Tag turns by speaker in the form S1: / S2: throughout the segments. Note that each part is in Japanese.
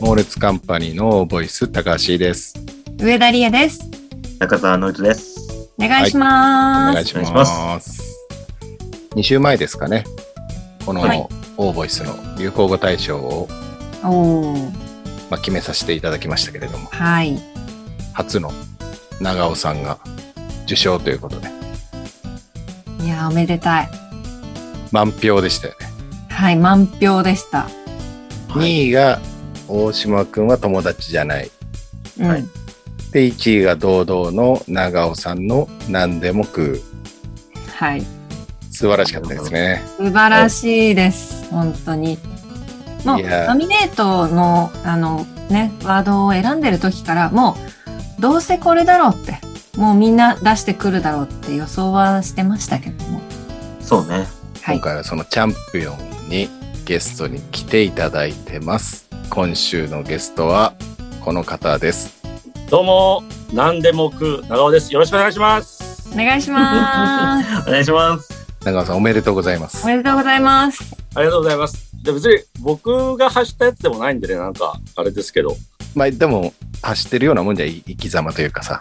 S1: 猛烈カンパニーのボイス高橋です。
S2: 上田理恵です。
S3: 中澤ノイトです。
S2: お願いしま
S1: お
S2: す。
S1: 願いし
S3: お願いし
S1: ま。
S3: ます
S1: 2週前ですかね。この、
S2: はい
S1: オーボイスの流行語大賞を、
S2: おー
S1: まあ、決めさせていただきましたけれども、
S2: はい。
S1: 初の長尾さんが受賞ということで、
S2: いやー、おめでたい。
S1: 満票でしたよね。
S2: はい、満票でした。
S3: はい
S1: 2位が大島くんは友達じゃない。
S2: うん。
S3: はい
S1: で、1位が堂々の長尾さんの何でも食う。
S2: はい
S1: 素晴らしかったですね。
S2: 素晴らしいです。本当に。もう、
S1: いやー
S2: ノミネートの、あの、ね、ワードを選んでる時から、もう、どうせこれだろうって、もうみんな出してくるだろうって予想はしてましたけども。
S3: そうね。
S2: はい
S1: 今。回はそのチャンピオンにゲストに来ていただいてます。今週のゲストはこの方です。
S4: どうも、何でも食う長尾です。よろしくお願いします。
S2: お願い します。
S3: お願いします。
S1: 長尾さんおめでとうございます
S2: お。めでとうございます。
S4: ありがとうございます。で、別に僕が走ったやつでもないんでね、なんか、あれですけど。
S1: まあでも走ってるようなもんじゃい生き様というかさ。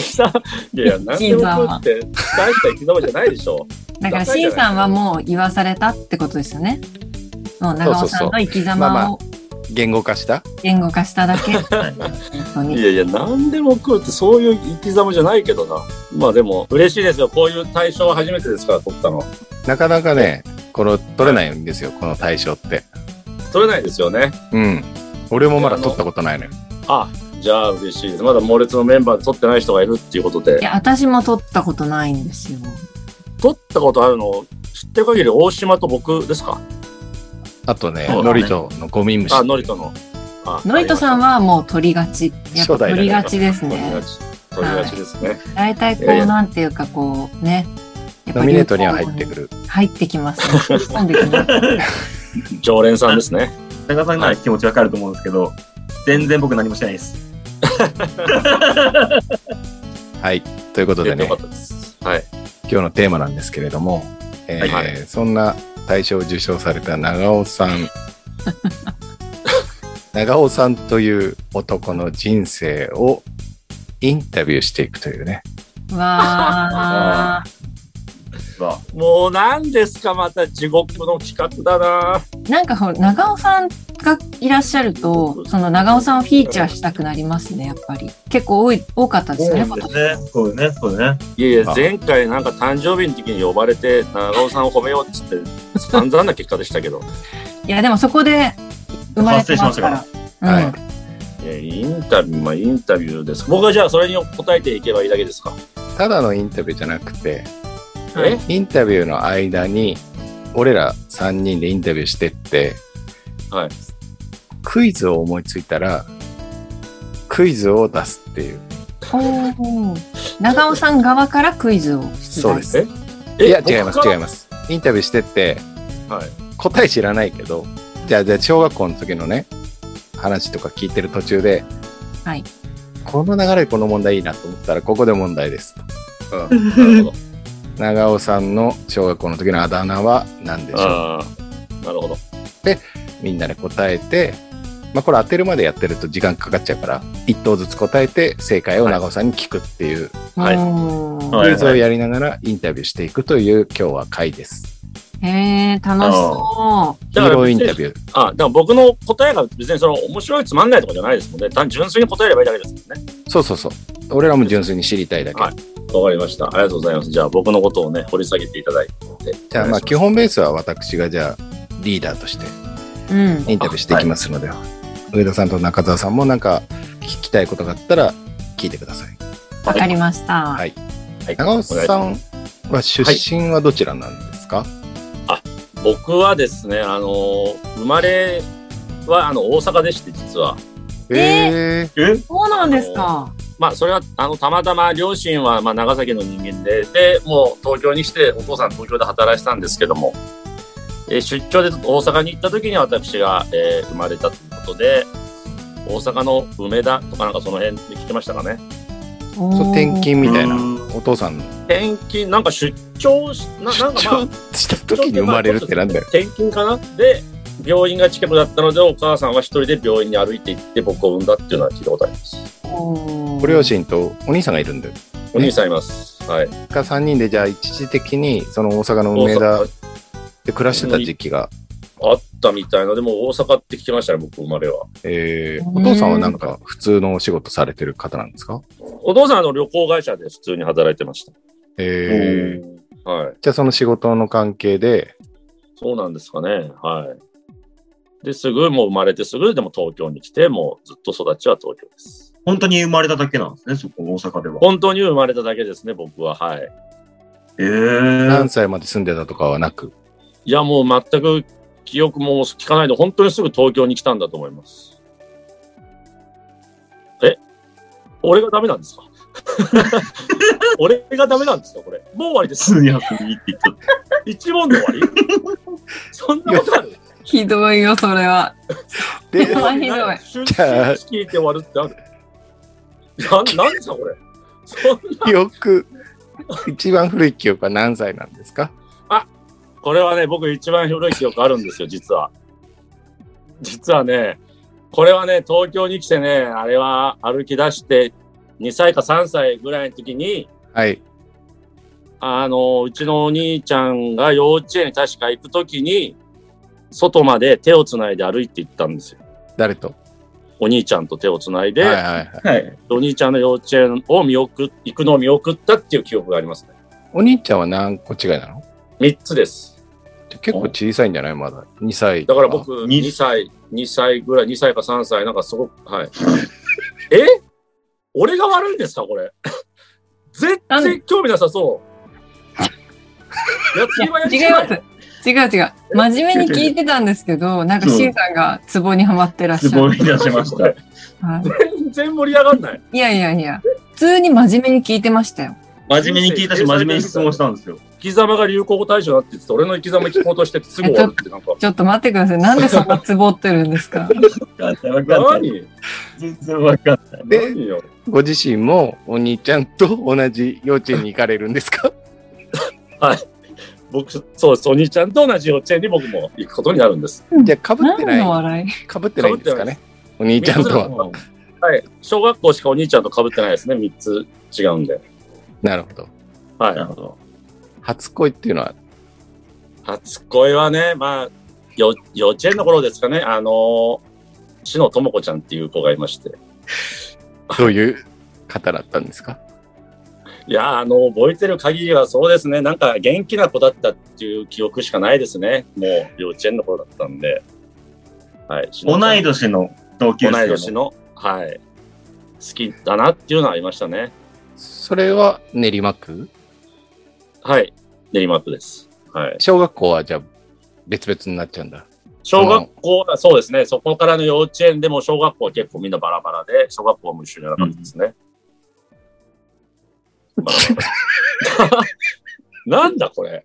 S4: さいやいや、何でも食うって、大した生き様じゃないでし ょ。
S2: だから、シンさんはもう言わされたってことですよね。もう長尾さんの生き
S1: まあま
S2: 様
S1: あ
S2: を
S1: 言語化した
S2: 言語化しただけ。本当
S4: い
S2: に。
S4: やいや、何でも食うってそういう生き様じゃないけどな。まあでも、嬉しいですよ。こういう対象は初めてですから、取ったの。
S1: なかなかね、この取れないんですよ、この対象って。
S4: 取れないですよね。
S1: うん。俺もまだ取ったことないのよ。
S4: あ、じゃあ嬉しいです。まだ猛烈のメンバーで取ってない人がいるっていうこと
S2: い
S4: で。
S2: や、私も取ったことないんですよ。
S4: 取ったことあるの、知ってる限り大島と僕ですか
S1: あとね、
S3: そうだね
S1: ノリとのゴミ虫。
S4: あ、ノリトの。あ
S2: ノリトさんはもう取りがち。やっぱ
S1: 初代だね
S2: 取りがちです
S4: 取りが
S2: ね。
S4: ち。取りがちですね。
S2: 大体こ、
S4: いやいうや
S2: なんていうかこう、ね。やっぱ
S1: ノミネートには入ってくる。
S2: 入ってきますね。入ってきます
S4: 常連さんですね。
S3: 中澤さんなら気持ちわかると思うんですけど、全然僕何もしてないです。
S1: はい。ということでね
S4: よかっ、たです。はい。
S1: 今日のテーマなんですけれども、えー
S4: は
S1: そんな大賞を受賞された長尾さ ん長尾さんという男の人生をインタビューしていくというね
S2: わあ。
S3: わ
S4: もう何ですか、また地獄の企画だな。
S2: なんかほら、長尾さんがいらっしゃると、その長尾さんをフィーチャーしたくなりますね、やっぱり。結構多い、多かったですよね、今年
S3: ね。そうね。そうね。
S4: いやい
S1: あ
S4: や、前回なんか誕生日の時に呼ばれて、長尾さんを褒めようっつって、 散々な結果でしたけど。
S2: いや、でもそこで生まれてますから。
S3: 発
S1: から
S2: うん
S1: は
S4: えインタビュー、まあインタビューです。僕はじゃあそれに答えていけばいいだけですか。
S1: ただのインタビューじゃなくて
S4: え
S1: インタビューの間に俺ら3人でインタビューしてって
S4: はい。
S1: クイズを思いついたらクイズを出すっていう
S2: おー長尾さん側からクイズを出題
S1: そうです
S4: え
S1: いや違います違い
S4: ま
S1: ますインタビューしてって
S4: す。はい。
S1: 答え知らないけどじゃあじゃあ小学校の時のね話とか聞いてる途中で、
S2: はい、
S1: この流れでこの問題いいなと思ったらここで問題ですと
S4: うん。なるほど。
S1: 長尾さんの小学校の時のあだ名は何でしょう
S4: あーなるほど。
S1: みんなで答えて、まあ、これ当てるまでやってると時間かかっちゃうから1答ずつ答えて正解を長尾さんに聞くっていう、
S4: はい
S2: おー
S3: はい
S1: クイズをやりながらインタビューしていくという今日は回です
S2: へえ、楽しそう。
S1: ヒ
S4: だか
S1: ー
S4: ら
S1: ローインタビュー
S4: あ、だから僕の答えが別にその面白いつまんないとかじゃないですもんね。単純粋に答えればいいだけですもんね。
S1: そうそうそう俺らも純粋に知りたいだけ、
S4: はいわかりました。ありがとうございます。じゃあ僕のことをね、掘り下げていただいて。
S1: じゃあまあ基
S4: 本。
S1: 本ベースは私がじゃあリーダーとして
S2: うん。
S1: インタビューしていきますので、上田さんと中澤さんもなんか聞きたいことがあったら聞いてください。
S2: わかりました。
S1: はい
S4: はい
S1: 長尾さ
S4: お願いし
S1: んは出身はどちらなんですか、
S4: ます僕はですね、あのー生まれはあの大阪でして、実は。
S2: い
S1: え
S3: え
S2: そうなんですか。
S4: まあ、それは、あの、たまたま両親は、まあ、長崎の人間で、で、もう東京に来て、お父さん東京で働いてたんですけども、えー出張で大阪に行った時に私が、えー生まれたということで、大阪の梅田とかなんかその辺で聞きましたかね。
S2: お
S1: ー、
S2: ー
S1: そう転勤みたいな
S3: うん
S1: お父さん
S4: 転勤、なんか出張し、ななんかまあ
S1: 出張、した時に生まれるってなんだよ。
S4: 転勤かなで、病院が近くだったので、お母さんは一人で病院に歩いて行って僕を産んだっていうのは聞いたことあります。
S1: ご両親とお兄さんがいるんで、
S4: お兄さんいます。はい。
S1: が3人でじゃあ一時的にその大阪の
S4: 大
S1: 梅田
S4: 阪
S1: で暮らしてた時期が、
S4: あったみたいな、でも大阪って聞きましたね、僕生まれは。
S1: えー、お父さんはなんか普通のお仕事されてる方なんですか
S4: お父さんはあの旅行会社で普通に働いてました。
S1: えー、
S4: はい。
S1: じゃあその仕事の関係で、
S4: そうなんですかね。はい。で、すぐ、もう生まれてすぐ、でも東京に来て、もうずっと育ちは東京です。
S3: 本当に生まれただけなんですね、そこ、大阪では。
S4: 本当に生まれただけですね、僕は。はい。
S3: ええ
S1: 何歳まで住んでたとかはなく、
S4: いや、もう全く記憶も聞かないで、本当にすぐ東京に来たんだと思います。え俺がダメなんですか 俺がダメなんですかこれ。もう終わりです。
S3: 普通に遊びに行ってきた。
S4: 一問で終わりそんなことある
S2: ひどいよ、それは。
S1: で
S2: いやひどい
S4: 終
S1: じゃあ
S4: 始聞いて終わるってあるななんですかこれ。そん
S1: 記憶、一番古い記憶は何歳なんですか
S4: これはね、僕一番古い記憶あるんですよ、実は。実はね、これはね、東京に来てね、あれは歩き出して、2歳か3歳ぐらいの時に、
S1: はい。
S4: あの、うちのお兄ちゃんが幼稚園に確か行く時に、外まで手をつないで歩いて行ったんですよ。
S1: 誰と
S4: お兄ちゃんと手をつないで、
S1: はいはいはい。
S3: はい。
S4: お兄ちゃんの幼稚園を見送っ、行くのを見送ったっていう記憶がありますね。
S1: お兄ちゃんは何個違いなの
S4: 3つです。
S1: 結構小さいんじゃないまだ。2歳。
S4: だから僕、
S3: に
S4: 2歳、2歳ぐらい、2歳か3歳、なんかすごく、はい。 え俺が悪いんですか、これ。 絶対興味なさ
S2: いや違いま
S4: そう。やつぎ早くしない
S2: す。違う違う。真面目に聞いてたんですけ ど、なんか
S3: うん
S2: C さんがツボにはまってらっし
S3: す
S2: ゃる。
S3: ごい出しました。
S4: こ
S3: え
S4: れ
S2: はい
S4: 全然盛り上がんない。
S2: いやいやいや、普通に真面目に聞いてましたよ。
S3: 真面目に聞いたし、真面目に質問したんですよ。
S4: 生き様が流行語大賞だって言ってて、俺の生き様聞こうとしてすぐ終わるって、なんか。
S2: ちょっと待ってください。なんでそんなツボってるんですか
S3: わかん ないわかんない。
S4: 何
S3: 全然わかんない。
S1: で
S4: 何よ。
S1: ご自身もお兄ちゃんと同じ幼稚園に行かれるんですか
S4: 僕、そうです。お兄ちゃんと同じ幼稚園に僕も行くことになるんです。
S1: じゃあ、被って
S2: 何の
S1: ない、
S2: 笑い
S1: 被ってないんですかね。お兄ちゃんとは。
S4: はい。小学校しかお兄ちゃんと被ってないですね。3つ違うんで。
S1: なるほど。
S4: はい
S3: な。るほど。
S1: 初恋っていうのは、
S4: 初恋はね、まあ、よ幼稚園の頃ですかね、あのー、篠智子ちゃんっていう子がいまして、
S1: どういう方だったんですか
S4: いやー、あのー、覚えてる限りはそうですね、なんか元気な子だったっていう記憶しかないですね、もう幼稚園の頃だったんで、はい、篠ちゃ
S3: 同い
S4: ん
S3: 年の同級生の。
S4: 同い年の、はい、好きだなっていうのはありましたね。
S1: それは練馬区
S4: はい、練馬区です。はい、
S1: 小学校はじゃあ別々になっちゃうんだ。
S4: 小学校はそうですね、そこからの幼稚園でも小学校は結構みんなバラバラで、小学校も一緒じゃなかったです ね。バラバラなんだこれ。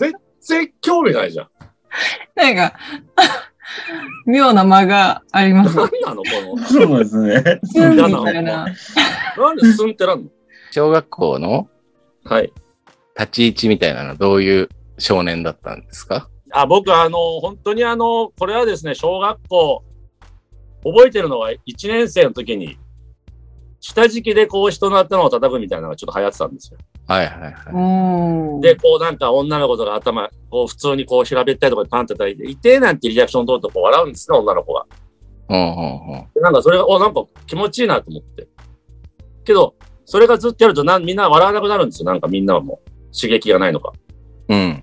S4: 全然興味ないじゃん。
S2: なんか、 妙な間があります。
S4: 何なのこの。
S3: そうですね。
S2: キ ュンみたいな。
S4: なんで進んでらんの
S1: 小学校の
S4: はい。
S1: 立ち位置みたいなのはどういう少年だったんですか
S4: あ僕、あの、本当にあの、これはですね、小学校、覚えてるのは1年生の時に、下敷きでこう人の頭を叩くみたいなのがちょっと流行ってたんですよ。
S1: はいはいはい。
S2: おー
S4: で、こうなんか女の子とか頭、こう普通にこう平べったいところでパンって叩いて、いてーなんてリアクション取るとこう笑うんですね、女の子が。
S1: うんうんうん
S4: でなんかそれが、お、なんか気持ちいいなと思って。けど、それがずっとやるとなんみんな笑わなくなるんですよ、なんかみんなはもう。刺激がないのか。
S1: うん。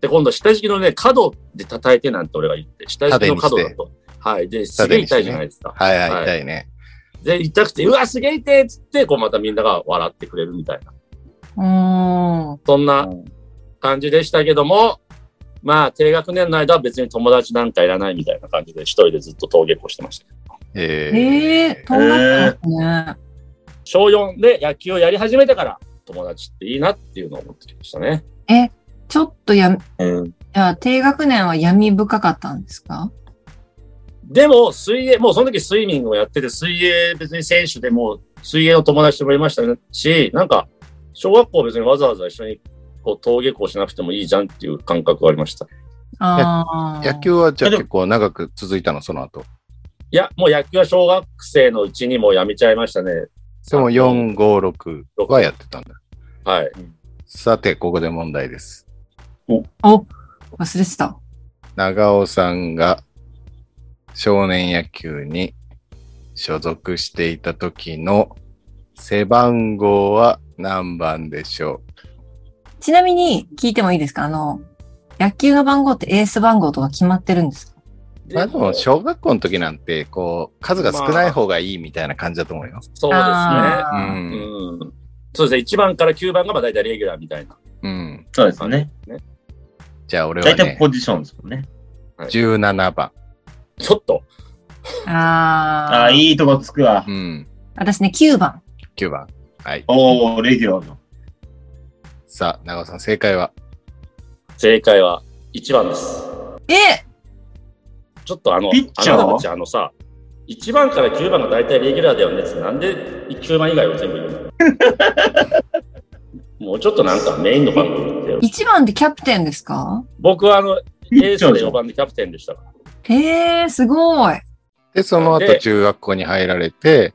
S4: で、今度下敷きのね、角で叩いてなんて俺が言って、下敷きの角だと。はい。で、すげえ痛いじゃないですか。
S1: はいは、
S4: はいい
S1: 痛いね。
S4: で、痛くて、うわ、すげえ痛いっつって、こうまたみんなが笑ってくれるみたいな。
S2: おー
S4: そんな感じでしたけども、まあ、低学年の間は別に友達なんかいらないみたいな感じで、一人でずっと登下校してました。
S1: え
S2: ええー、飛んだったんですね。
S4: 小4で野球をやり始めてから、友達っていいなっていうのを思ってきましたね。
S2: ちょっとや、じ
S3: うん。
S2: ゃあ低学年は闇深かったんですか
S4: でも、水泳、もうその時スイミングをやってて、水泳別に選手でも、水泳の友達ともいましたし、なんか、小学校別にわざわざ一緒にこう登下校しなくてもいいじゃんっていう感覚がありました。
S2: あー
S1: 野球はじゃあ
S4: いやで
S1: 結
S4: も
S1: 構長く続いたの、その後。
S4: いや、もう野球は小学生のうちにもうやめちゃいましたね。
S1: でも4、5、6はやってたんだ。
S4: はい。
S1: さて、ここで問題です。
S2: お、忘れてた。
S1: 長尾さんが少年野球に所属していた時の背番号は何番でしょ
S2: ちなみに聞いてもいいですかあの、野球の番号ってエース番号とか決まってるんですか
S1: うまあでも
S4: そう
S1: 小学校の時なんてこう数が少ない方がいいみたいな感じだと思うよ。
S4: ですね。
S2: あ
S1: う
S2: ー
S1: ん。
S4: うん。そうですね。1番から9番がまあ大体レギュラーみたいな。
S1: うん。
S3: そうですよね。
S1: じゃあ俺は
S3: 大体
S1: ね、
S3: ポジションですもんね。
S1: 17番。
S4: ちょっと。
S2: あ
S3: あ
S2: あ
S3: あ、いいとこつくわ
S1: う。ん。
S2: 私ね、9番。
S1: 9番。はい。
S3: おおレギュラーの。
S1: さあ、長尾さん正解は
S4: 正解は1番です。
S2: え
S4: ちょっとあの、
S3: ピッチャー
S4: あなたたちあのさ、1番から9番が大体レギュラーだよねってなんで9番以外を全部言うの もうちょっとなんかメインの番組ってよ。
S2: ?1 番ってキャプテンですか
S4: 僕はあの、
S3: ピ
S4: エー
S3: ッ
S4: ス
S3: チャー
S4: で
S3: じゃ
S4: 4
S3: ん。
S4: 番でキャプテンでしたか
S2: へえ、すごい。
S1: で、その後
S4: で
S1: 中学校に入られて、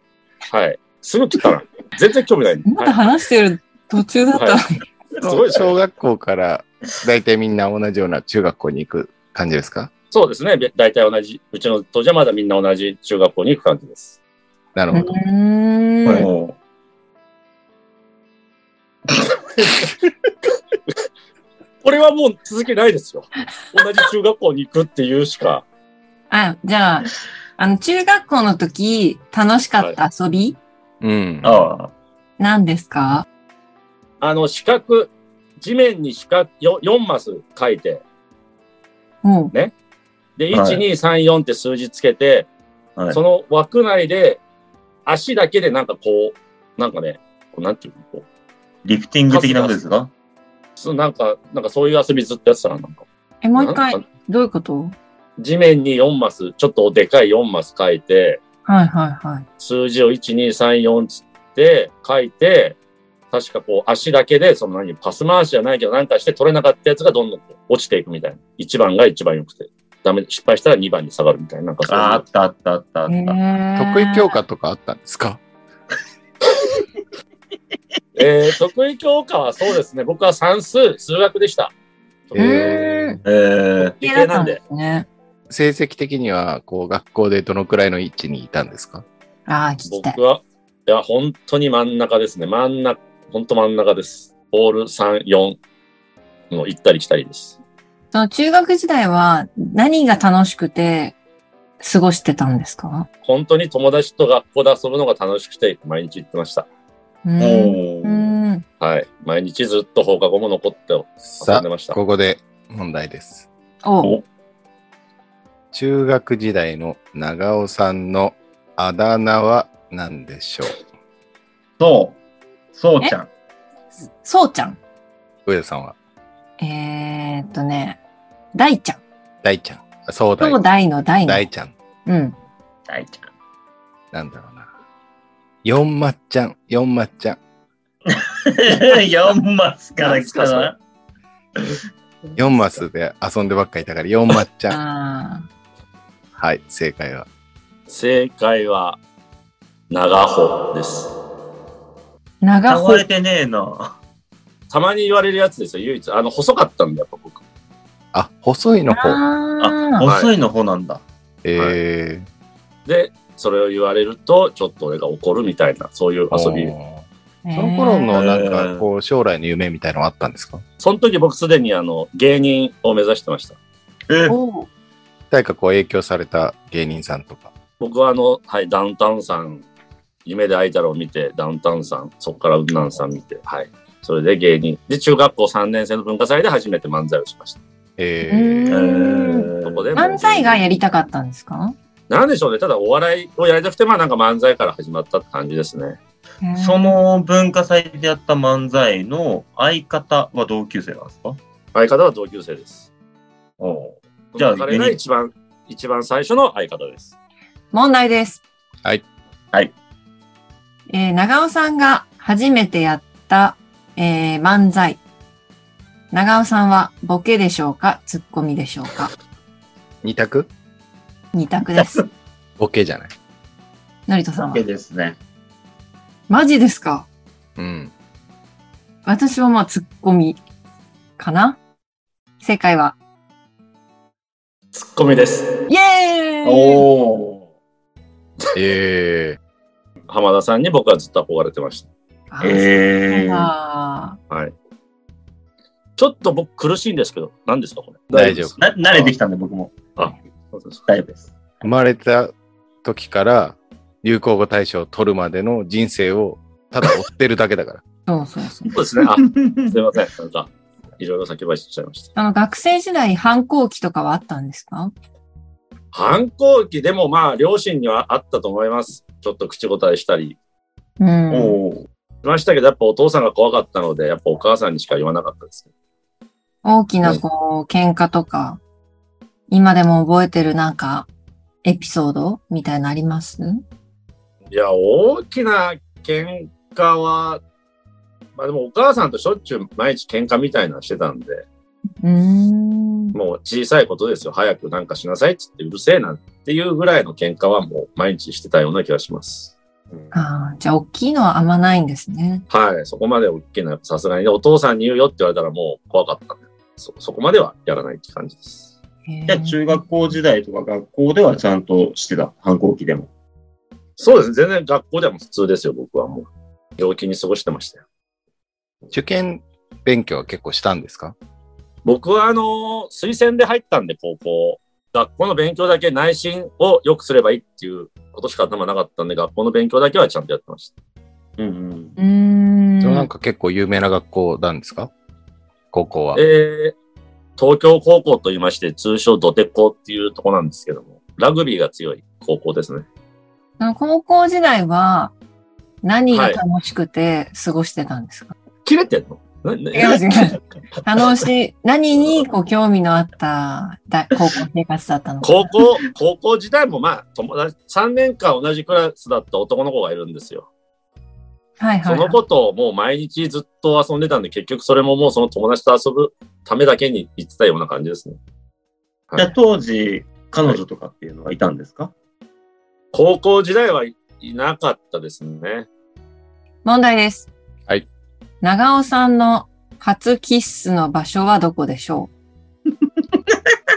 S4: ら。はい。すぐ切ったな。全然興味ない。
S2: まだ
S4: はい
S2: 話してる途中だったのに。
S4: すごいですね
S1: 小学校から大体みんな同じような中学校に行く感じですか
S4: そうですね。大体同じ。うちの当時はまだみんな同じ中学校に行く感じです。
S1: なるほど。
S2: うーん
S1: はい
S3: おー
S4: これはもう続けないですよ。同じ中学校に行くっていうしか。
S2: あ、じゃあ、あの、中学校の時、楽しかった遊び、
S1: うん。
S3: ああ。
S2: なんですか
S4: あの、四角、地面に四角、よ4マス書いて、
S2: も
S4: で、
S3: はい
S4: 1、2、3、4って数字つけて、
S3: はい
S4: その枠内で、足だけでなんかこう、なんかね、こうなんていうのこう
S3: リフティング的なことですか
S4: そうなんか、なんかそういう遊びずっとやってたな、なんか。
S2: う、え、もう一
S4: な
S2: 回
S4: ん、か
S2: どういうこと
S4: 地面に4マス、ちょっとでかい4マス書いて、
S2: はいはいはい。
S4: 数字を1、2、3、4つって書いて、確かこう足だけで、その何、パス回しじゃないけどなんかして取れなかったやつがどんどんこう落ちていくみたいな。1番が一番良くて。ダメ、失敗したら2番に下がるみたいな。なんかそういう
S3: ああ、あったあったあったあった。
S1: 得意教
S2: 科
S1: 科とかあったんですか
S4: えー、得意教科はそうですね。僕は算数、数学でした。
S1: え
S2: うーん。
S3: えー、
S4: 理系なん
S2: で
S4: で。
S2: すね。
S1: 成績的には、こう、学校でどのくらいの位置にいたんですか
S2: ああ、聞きたい
S4: 僕。は、いや、本当に真ん中ですね。真ん中、本当真ん中です。ボール3、4の行ったり来たりです。
S2: その中学時代は何が楽しくて過ごしてたんですか
S4: 本当に友達と学校で遊ぶのが楽しくて、毎日行ってました。
S2: うーん。
S3: お
S2: う
S3: ー
S2: ーん
S4: はい。毎日ずっと放課後も残って遊
S1: さ
S4: んでまし
S1: あ、
S4: た。
S1: ここで問題です。
S2: お
S3: お
S1: 中学時代の長尾さんのあだ名は何でしょ
S3: そう、そうちゃん。
S2: そうちゃん。
S1: う上田さんは
S2: えーっとね、大ちゃん。
S1: 大ちゃん。あそうだ
S2: 兄
S1: よ。
S2: 大の大の。
S1: 大ちゃん。
S2: うん。
S3: 大ちゃん。
S1: なんだろうな。四まっちゃん。四まっちゃん。
S3: 4マスから来たな。
S1: 四マスで遊んでばっかりいたから、四まっちゃん。
S2: ああ。
S1: はい、正解は。
S4: 正解は、長穂です。
S2: 長
S3: 囲わ
S2: 穂
S3: れ。てねえな。
S4: たまに言われるやつですよ、唯一。あの、細かったんだ、やっぱ僕。
S1: あ、細いの方。
S3: あ、
S2: ああ。
S3: 遅いの方なんだ。
S1: え
S4: で、それを言われると、ちょっと俺が怒るみたいな、そういう
S1: ー、
S4: 遊び。
S1: おーその頃
S2: えー
S1: のなんかこう将来の夢みたいのはあったんですか
S4: その時僕すでにあの、芸人を目指してました。
S3: え、
S2: おう
S1: 誰かこう影響された芸人さんとか。
S4: 僕はあの、はい、ダウンタウンさん、夢で会いたらを見て、ダウンタウンさん、そこからウンナンさん見て、はい。それで芸人。で、中学校3年生の文化祭で初めて漫才をしました。
S1: え
S2: う
S3: え
S1: ー、
S2: ーん
S4: そこでもう
S2: 漫才がやりたかったんですか
S4: なんでしょうね。ただお笑いをやりたくて、まあなんか漫才から始まったって感じですね。
S3: そ、の文化祭でやった漫才の相方は同級生なんですか
S4: 相方は同級生です。
S3: おうじゃあ
S4: 彼が一番、一番最初の相方です。
S2: 問題です。
S1: はい。
S3: はい。
S2: えー長尾さんが初めてやった、えー漫才。長尾さんはボケでしょうかツッコミでしょうか
S1: 二択
S2: 二択です。
S1: ボケじゃない。
S2: のりとさん
S3: わ
S2: は
S3: け。ですね。
S2: マジですか
S1: うん。
S2: 私はまあツッコミかな正解は。
S4: ツッコミです。
S2: イエーイ
S3: おー。
S1: ええ
S4: 浜田さんに僕はずっと憧れてました。
S2: あ
S3: えー、
S2: あ
S4: はい。ちょっと僕苦しいんですけど、何ですかこれ。
S1: 大丈夫
S4: です
S3: な慣れてきたんで僕も
S4: そうそうそう
S3: 大丈夫です。
S1: 生まれた時から流行語大賞を取るまでの人生をただ追ってるだけだ から。
S2: そうそうそう。
S4: そうですね。あ、すいません。なんか、いろいろ先走っちゃいました。
S2: あの、学生時代反抗期とかはあったんですか
S4: 反抗期でもまあ、両親にはあったと思います。ちょっと口答えしたり
S2: うん。
S3: おー。
S4: しましたけど、やっぱお父さんが怖かったので、やっぱお母さんにしか言わなかったですね。
S2: 大きなこう、喧嘩とか、今でも覚えてるなんか、エピソードみたいなのあります
S4: いや、大きな喧嘩は、まあでもお母さんとしょっちゅう毎日喧嘩みたいなのしてたんで、
S2: うーん。
S4: もう小さいことですよ。早くなんかしなさいって言ってうるせえなっていうぐらいの喧嘩はもう毎日してたような気がします。うん
S2: あーじゃあ、大きいのはあんまないんですね。
S4: はい。そこまで大きな、さすがにお父さんに言うよって言われたらもう怖かったんで、そ、そこまではやらないって感じです。
S2: へー
S3: じゃあ中学校時代とか学校ではちゃんとしてた、反抗期でも。
S4: そうですね。全然学校ではもう普通ですよ、僕はもう。陽気に過ごしてましたよ。
S1: 受験勉強は結構したんですか
S4: 僕はあのー推薦で入ったんで、高校。学校の勉強だけ内心を良くすればいいっていうことしか頭なかったんで、学校の勉強だけはちゃんとやってました。
S3: うんうん。
S2: うーん。
S1: でもなんか結構有名な学校なんですか高校は。
S4: えー、東京高校と言いまして、通称ドテコっていうとこなんですけども、ラグビーが強い高校ですね。
S2: あの高校時代は何が楽しくて過ごしてたんですか、
S4: 切れてんのなな
S2: 違います違います楽しい、何にこう興味のあった大高校生活だったのか
S4: 高校、 高校時代もまあ、友達、3年間同じクラスだった男の子がいるんですよ。
S2: はいは
S4: そ
S2: い、は
S4: の
S2: い。
S4: 子ともう毎日ずっと遊んでたんで、結局それももうその友達と遊ぶためだけに行ってたような感じですね。はい
S3: じゃあ当時、彼女とかっていうのはいたんですか、
S4: 高校時代はいいなかったですね。
S2: 問題です。
S1: はい。
S2: 長尾さんの初キッスの場所はどこでしょう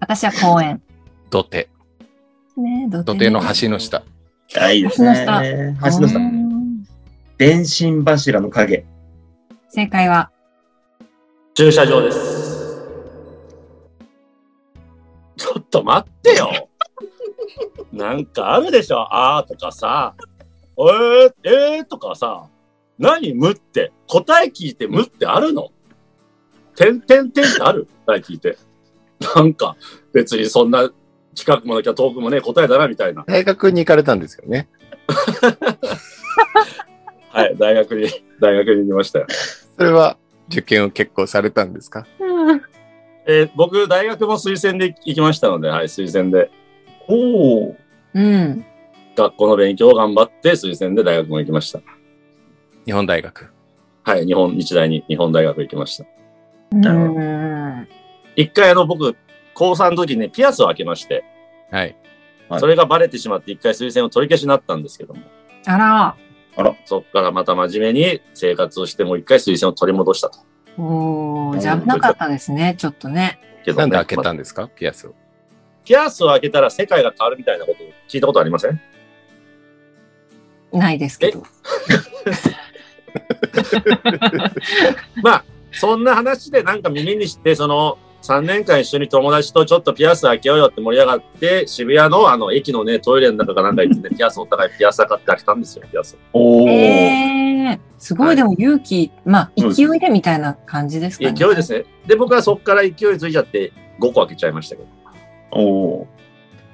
S2: 私は公園。
S1: 土手。
S2: ね
S1: 土手の橋の下。
S3: いやいいですね。橋
S1: 下
S3: の下
S1: う。
S2: ん
S3: 電信柱の影。
S2: 正解は、
S4: 駐車場です。ちょっと待って よ。なんかあるでしょ。あーとかさ、えー、えーとかさ、何無って、答え聞いて無ってあるのてんてんてんってある答え聞いて。なんか別にそんな近くもなきゃ遠くもねえ答えだなみたいな。
S1: 大学に行かれたんですよね。
S4: はい、大学に、大学に行きましたよ。
S1: それは受験を結構されたんですか
S4: えー僕、大学も推薦で行きましたので、はい、推薦で。
S3: おお。
S2: うん。
S4: 学校の勉強を頑張って推薦で大学も行きました。
S1: 日本大学。
S4: はい、日本、日大に日本大学行きました。
S3: なるほ
S2: うん。
S4: 一回あの僕、高3の時にピアスを開けまして、
S1: はい。
S3: はい
S4: それがバレてしまって一回推薦を取り消しになったんですけども、
S2: あら、
S4: そこからまた真面目に生活をしてもう一回推薦を取り戻したと。
S2: おー、じゃなかったですね、ちょっとね。
S4: けどね
S1: なんで開け
S4: ま
S1: た
S4: あ
S1: んですかピアスを。
S4: ピアスを開けたら世界が変わるみたいなこと聞いたことありません
S2: ないですけど。
S4: まあ、そんな話でなんか耳にして、その、3年間一緒に友達とちょっとピアス開けようよって盛り上がって、渋谷のあの駅のね、トイレの中かなんか行ってね、 ピアスお互いピアス買って開けたんですよ、ピアスを。
S3: おお。
S2: えー、すご、
S4: はいい
S2: でも勇気、まあ、
S3: そうです
S2: 勢いでみたいな感じですか
S4: 勢
S2: ね。
S4: いですね。で、僕はそこから勢いづいちゃって、5個開けちゃいましたけど。
S3: おお。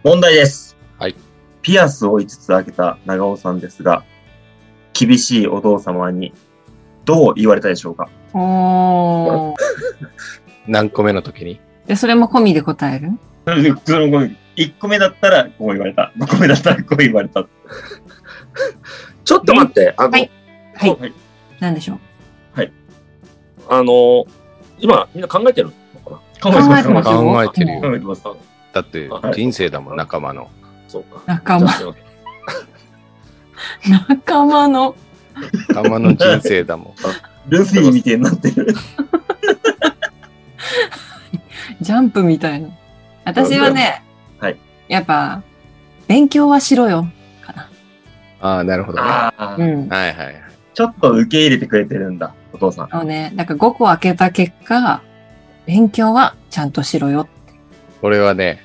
S3: 問題です。
S1: はい。
S3: ピアスを5つ開けた長尾さんですが、厳しいお父様にどう言われたでしょうか
S2: おー。
S1: 何個目の時に
S2: で、それも込みで答える
S3: その1個目だったらこう言われた。5個目だったらこう言われた。
S4: ちょっと待って、あの、
S2: はいはい
S3: はい。
S2: なんでしょう
S3: はい。
S4: あの、今、みんな考えてるのか
S3: 考
S4: な
S3: えてます。
S2: 考えてますよ
S1: 考えてるよ。
S3: 考えてます。
S1: だって
S4: はい
S1: 人生だもん、仲間の。
S4: そうか。
S2: 仲 間、
S4: じゃあ
S2: 仲間の。
S1: 仲間の人生だもん。
S3: ルフィみたいになってる。
S2: ジャンプみたいな。私はね、
S3: はい
S2: やっぱ、勉強はしろよ、かな。
S1: ああ、なるほどね。は
S3: あ
S2: う、
S3: あ
S2: ん。
S1: いはいはい。
S3: ちょっと受け入れてくれてるんだ、お父さん。
S2: あのね、なんか5個開けた結果、勉強はちゃんとしろよ。
S1: これはね、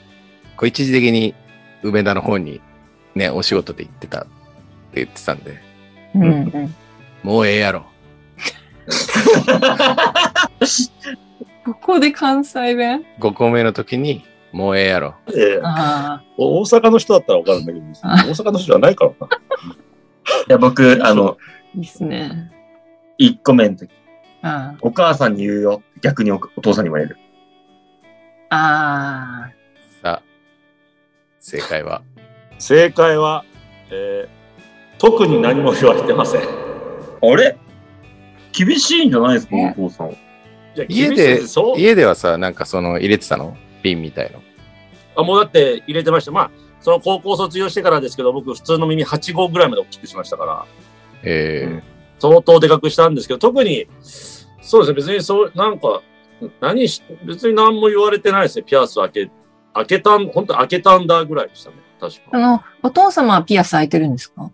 S1: こう一時的に梅田の方にね、お仕事で行ってたって言ってたんで、
S2: うんん。
S1: もうええやろ。
S2: ここで関西弁
S1: 5個目の時に、もうええやろ。
S4: ええ
S2: あ
S4: 大阪の人だったら分かるんだけど、
S2: あ
S4: 大阪の人じゃないからな。
S3: いや、僕、あの、
S2: あ、いいっすね。
S3: 1個目の時、
S2: あ
S3: お母さんに言うよ。逆におお父さんに言われる。
S2: あ。あ
S1: さあ、正解は。
S4: 正解は、えー特に何も言われてません。
S3: あれ厳しいんじゃないですか、
S2: ね
S3: お父さんは。
S4: いや
S1: 家
S4: 厳しい
S1: です
S4: そう
S1: 家ではさ、なんかその入れてたの瓶みたいの。
S4: あもうだって入れてました。まあ、その高校卒業してからですけど、僕、普通の耳8号ぐらいまで大きくしましたから、
S1: え
S3: うん
S1: え
S4: 相当でかくしたんですけど、特に、そうですね、別にそう、なんか、何し、別に何も言われてないですね。ピアス開け、開けたん、本当開けたんだぐらいでしたね。確
S2: あ。そ
S4: か。
S2: の、お父様はピアス開いてるんですか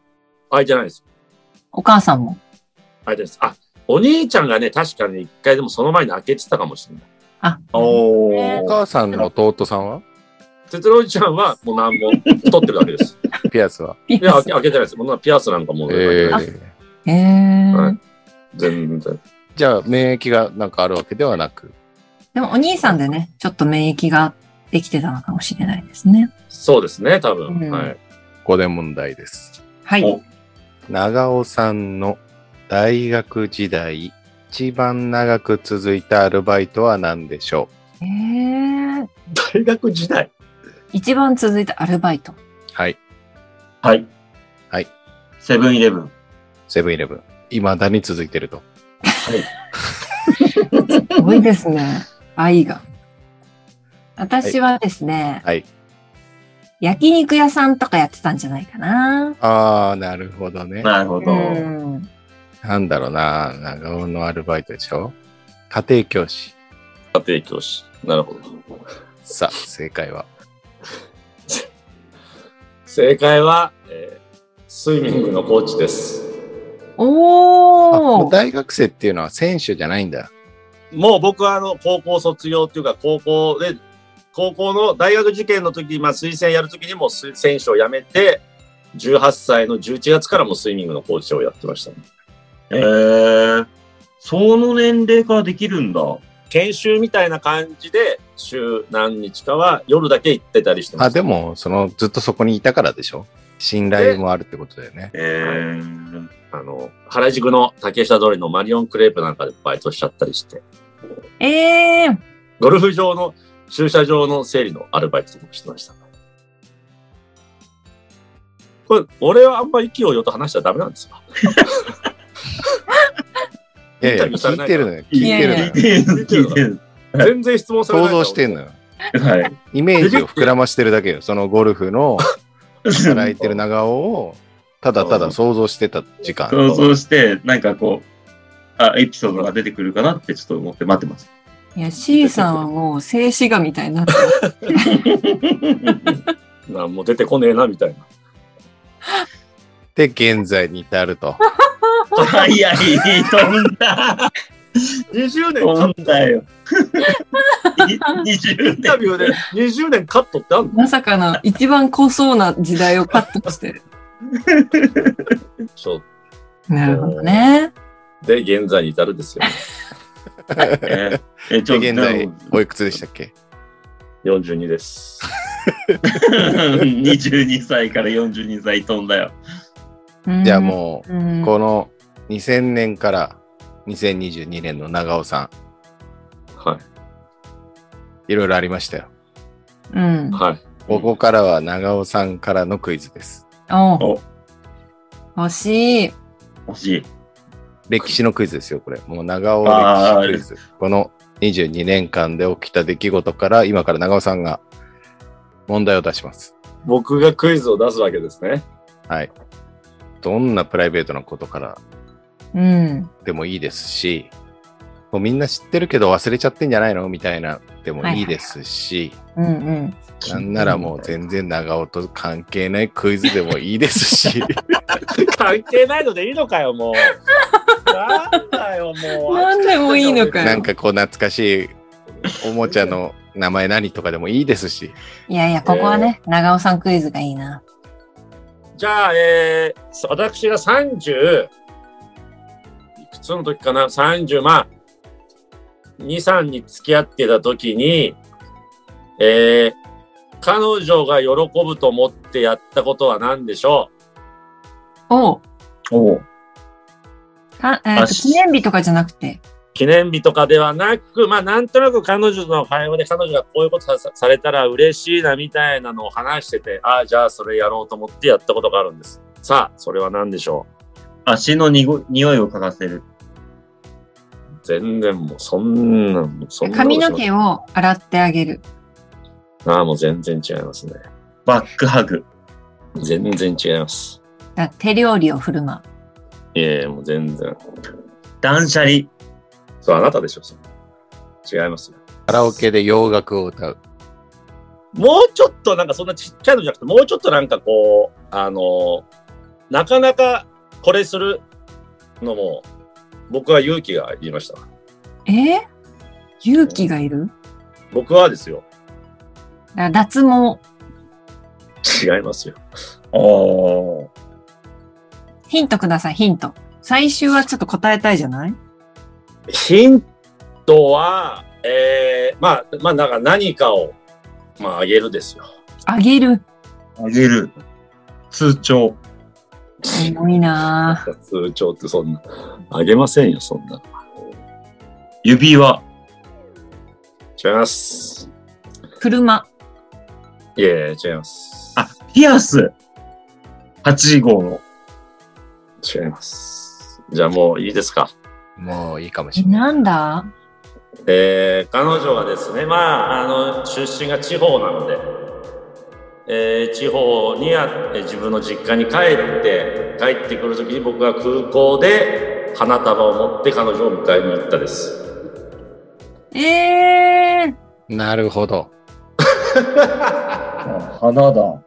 S4: 開いてないです。
S2: お母さんも。
S4: 開いてないです。あ、お兄ちゃんがね、確かに一回でもその前に開けてたかもしれない。
S2: あ、
S3: お
S1: お
S3: ー。
S1: 母さんの弟さんは
S4: 哲郎ちゃんはもう何も太ってるだけ です。
S1: ピアスは。
S2: ピ
S4: いや、
S2: ア
S4: 開
S2: ス
S4: け。開けてないです。もうなピアスなんかもう、
S1: ええ
S2: へえ
S4: はい全然。
S1: じゃあ、免疫がなんかあるわけではなく。
S2: でもお兄さんでね、ちょっと免疫ができてたのかもしれないですね。
S4: そうですね、多分。
S2: うん
S4: はい。
S1: ここで問題です。
S2: はい。
S3: お
S1: 長尾さんの大学時代一番長く続いたアルバイトは何でしょ
S2: えー、
S4: 大学時代。
S2: 一番続いたアルバイト。
S1: うはい
S3: はい。
S1: はい。
S3: セブンイレブン。
S1: セブンイレブン未だに続いてると
S2: すごいですね。愛が。私はですね、
S1: はい
S2: 焼肉屋さんとかやってたんじゃないかな。
S1: ああなるほどね
S3: なるほど。
S2: うん。
S1: なんだろうな長尾のアルバイトでしょ家庭教師
S4: 家庭教師。なるほど。
S1: さあ正解は
S4: 正解は、えースイミングのコーチです。
S1: あも
S2: お
S1: う
S2: ー
S1: 大学生っていうのは選手じゃないんだ
S4: もう僕はあの高校卒業っていうか、高校で、高校の大学受験の時、まあ推薦やる時にもす選手を辞めて、18歳の11月からもうスイミングのコーチをやってましたね、
S3: えー、その年齢からできるんだ。
S4: 研修みたいな感じで、週何日かは夜だけ行ってたりしてま
S1: あ
S4: した。
S1: でもそのずっとそこにいたからでしょ信頼もあるってことだよね
S3: えー、
S4: あの、原宿の竹下通りのマリオンクレープなんかでバイトしちゃったりして、
S2: えー、
S4: ゴルフ場の駐車場の整理のアルバイトとかしてました。これ、俺はあんま息をよと話しちゃダメなんですか
S1: いやいや
S4: インタビューされ
S1: 聞
S4: ないい
S1: てるのよ聞い
S2: いやい
S1: て
S2: や
S1: るの
S3: 聞
S1: よ
S3: いてる、聞いてる。
S4: 全然質問されな
S1: 想
S4: い。
S1: 像してんのよ
S3: はい。
S1: イメージを膨らましてるだけよ。そのゴルフの働いてる長尾を、ただただ想像してた時間。
S3: 想像して、なんかこう、あ、エピソードが出てくるかなってちょっと思って待ってます。
S2: いや、C さんはもう静止画みたいになって る。
S4: なもう出てこねえな、みたいな。
S1: で、現在に至ると。
S3: 早 い、飛んだ、
S4: 20年カ
S3: 飛
S4: ッ
S3: んだよ。い20
S4: インタ
S3: 年。
S4: ビューで20年カットってあんの
S2: まさかの一番濃そうな時代をカットしてる。
S4: そう。
S2: なるほどね。
S4: で、現在に至るですよ、ね。
S3: えーえー、ち
S1: で、
S3: ょっと
S1: 現在、おいくつでしたっけ
S4: 42です。
S3: 22歳から42歳飛んだよ。
S1: じゃあも
S2: うん、うん
S1: う、この2000年から2022年の長尾さ
S4: は
S1: ん、いろいろありましたよ。
S2: うん
S4: い。。はい。
S1: ここからは長尾さんからのクイズです。
S2: おう
S3: お
S2: 欲しい。
S3: 惜しい。
S1: 歴史のクイズですよ、これ。もう長尾歴史クイズ。この22年間で起きた出来事から、今から長尾さんが問題を出します。
S4: 僕がクイズを出すわけですね。
S1: はい。どんなプライベートなことから
S2: うん。
S1: でもいいですし、もうみんな知ってるけど忘れちゃってんじゃないのみたいなでもいいですし、
S2: うんうん。
S1: なんならもう全然長尾と関係ないクイズでもいいですし、
S4: 関係ないのでいいのかよ、もう。 なんだよ、もう。
S2: なんでもいいのかよ
S1: なんかこう懐かしいおもちゃの名前何とかでもいいですし、
S2: いやいや、ここはね、長尾さんクイズがいいな。
S4: じゃあ、えー、私が30、いくつの時かな ?30、まあ、2、3に付き合ってた時に、えー、彼女が喜ぶと思ってやったことは何でしょ
S2: おう
S3: おう
S2: かえーと
S3: あし
S2: 記念日とかじゃなくて。
S4: う記念日とかではなく、まあ、なんとなく彼女との会話で彼女がこういうことさされたら嬉しいなみたいなのを話してて、ああ、じゃあそれやろうと思ってやったことがあるんです。さあ、それは何でしょう
S3: 足のにご匂いを嗅がせる。
S4: 全然もう、そんな、もうそんなことし
S2: 髪
S4: ません
S2: の毛を洗ってあげる。
S4: ああ、もう全然違いますね。
S3: バックハグ。
S4: 全然違います。
S2: だ手料理を振る舞う。
S4: いやいやもう全然。
S3: 断捨離。
S4: そう、あなたでしょ、それ違いますよ。
S1: カラオケで洋楽を歌う。
S4: もうちょっとなんかそんなちっちゃいのじゃなくて、もうちょっとなんかこう、あの、なかなかこれするのも、僕は勇気が言いました。
S2: えー勇気がいる
S4: 僕はですよ、
S2: だ脱毛。
S4: 違いますよ。
S3: おー
S2: ヒントください、ヒント。最終はちょっと答えたいじゃない
S4: ヒントは、えー、まあ、まあ、なんか何かを、まあ、あげるですよ。
S2: あげる。
S3: あげる。通帳。
S2: 重いなぁ
S4: 通帳ってそんな、あげませんよ、そんな。
S3: 指輪。
S4: 違います。
S2: 車。
S4: いやいや、違います。
S3: あ、ピアス。8号の。
S4: 違います。じゃあもういいですか。
S1: もういいかも
S2: え
S1: しれない。
S2: なんだ
S4: えー彼女はですね、まあ、あの、出身が地方なので、えー地方にあ、えー自分の実家に帰って、帰ってくるときに僕が空港で花束を持って彼女を迎えに行ったです。
S2: えー、
S1: なるほど。
S3: あ花だ。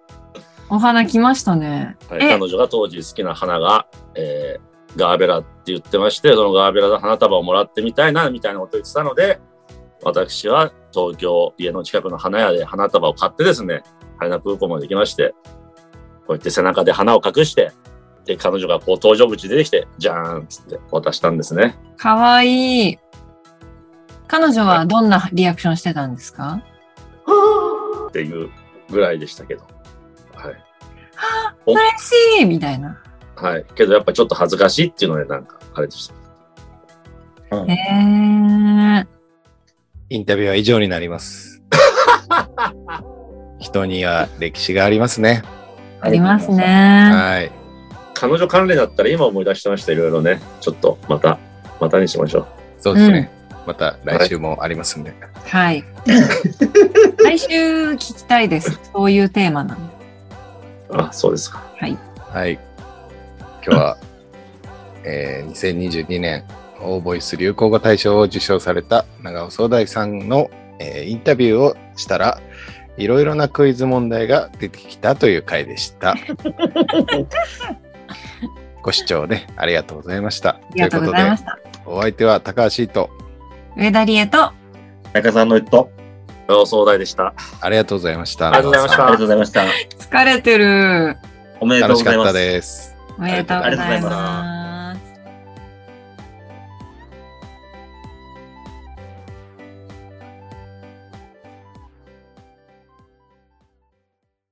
S2: お花来ましたね。
S4: はい
S2: え
S4: 彼女が当時好きな花が、えーガーベラって言ってまして、そのガーベラの花束をもらってみたいな、みたいなことを言ってたので、私は東京、家の近くの花屋で花束を買ってですね、羽田空港まで行きまして、こうやって背中で花を隠して、で、彼女がこう搭乗口出てきて、じゃーんっつって渡したんですね。
S2: かわいい。彼女はどんなリアクションしてたんですか
S4: っていうぐらいでしたけど。はい。お
S2: 嬉しいみたいな。
S4: はい。けどやっぱちょっと恥ずかしいっていうので、なんか、あれでした。
S2: えー、
S1: インタビューは以上になります。人には歴史がありますね。
S2: ありますね。。
S1: はい。
S4: 彼女関連だったら今思い出してました、いろいろね。ちょっとまた、またにしましょう。
S1: そうですね。また来週もありますんで。
S2: はい。 来週聞きたいです。そういうテーマなの。
S4: あ、そうですか。
S1: はい。今日は、 えー2022年オーボイス流行語大賞を受賞された長尾総大さんの、えーインタビューをしたら、いろいろなクイズ問題が出てきたという回でした。 ご視聴ね、ありがとうございました。
S2: ありがとうございました。
S1: ということで、お相手は高橋と、
S2: 上田理恵と、
S3: 中さんのと、
S4: お総大でした。
S1: ありがとうございました。
S4: ありがとうございまし
S3: あ
S4: た
S3: りがとうございました。
S2: 疲れてる。
S3: おめでとう
S1: 楽
S3: ご
S1: し
S3: ざい
S1: かっ
S3: ま
S1: た
S3: す。
S1: です。
S2: おめでとうござ
S3: あり
S2: い
S3: がとうござい
S2: ます。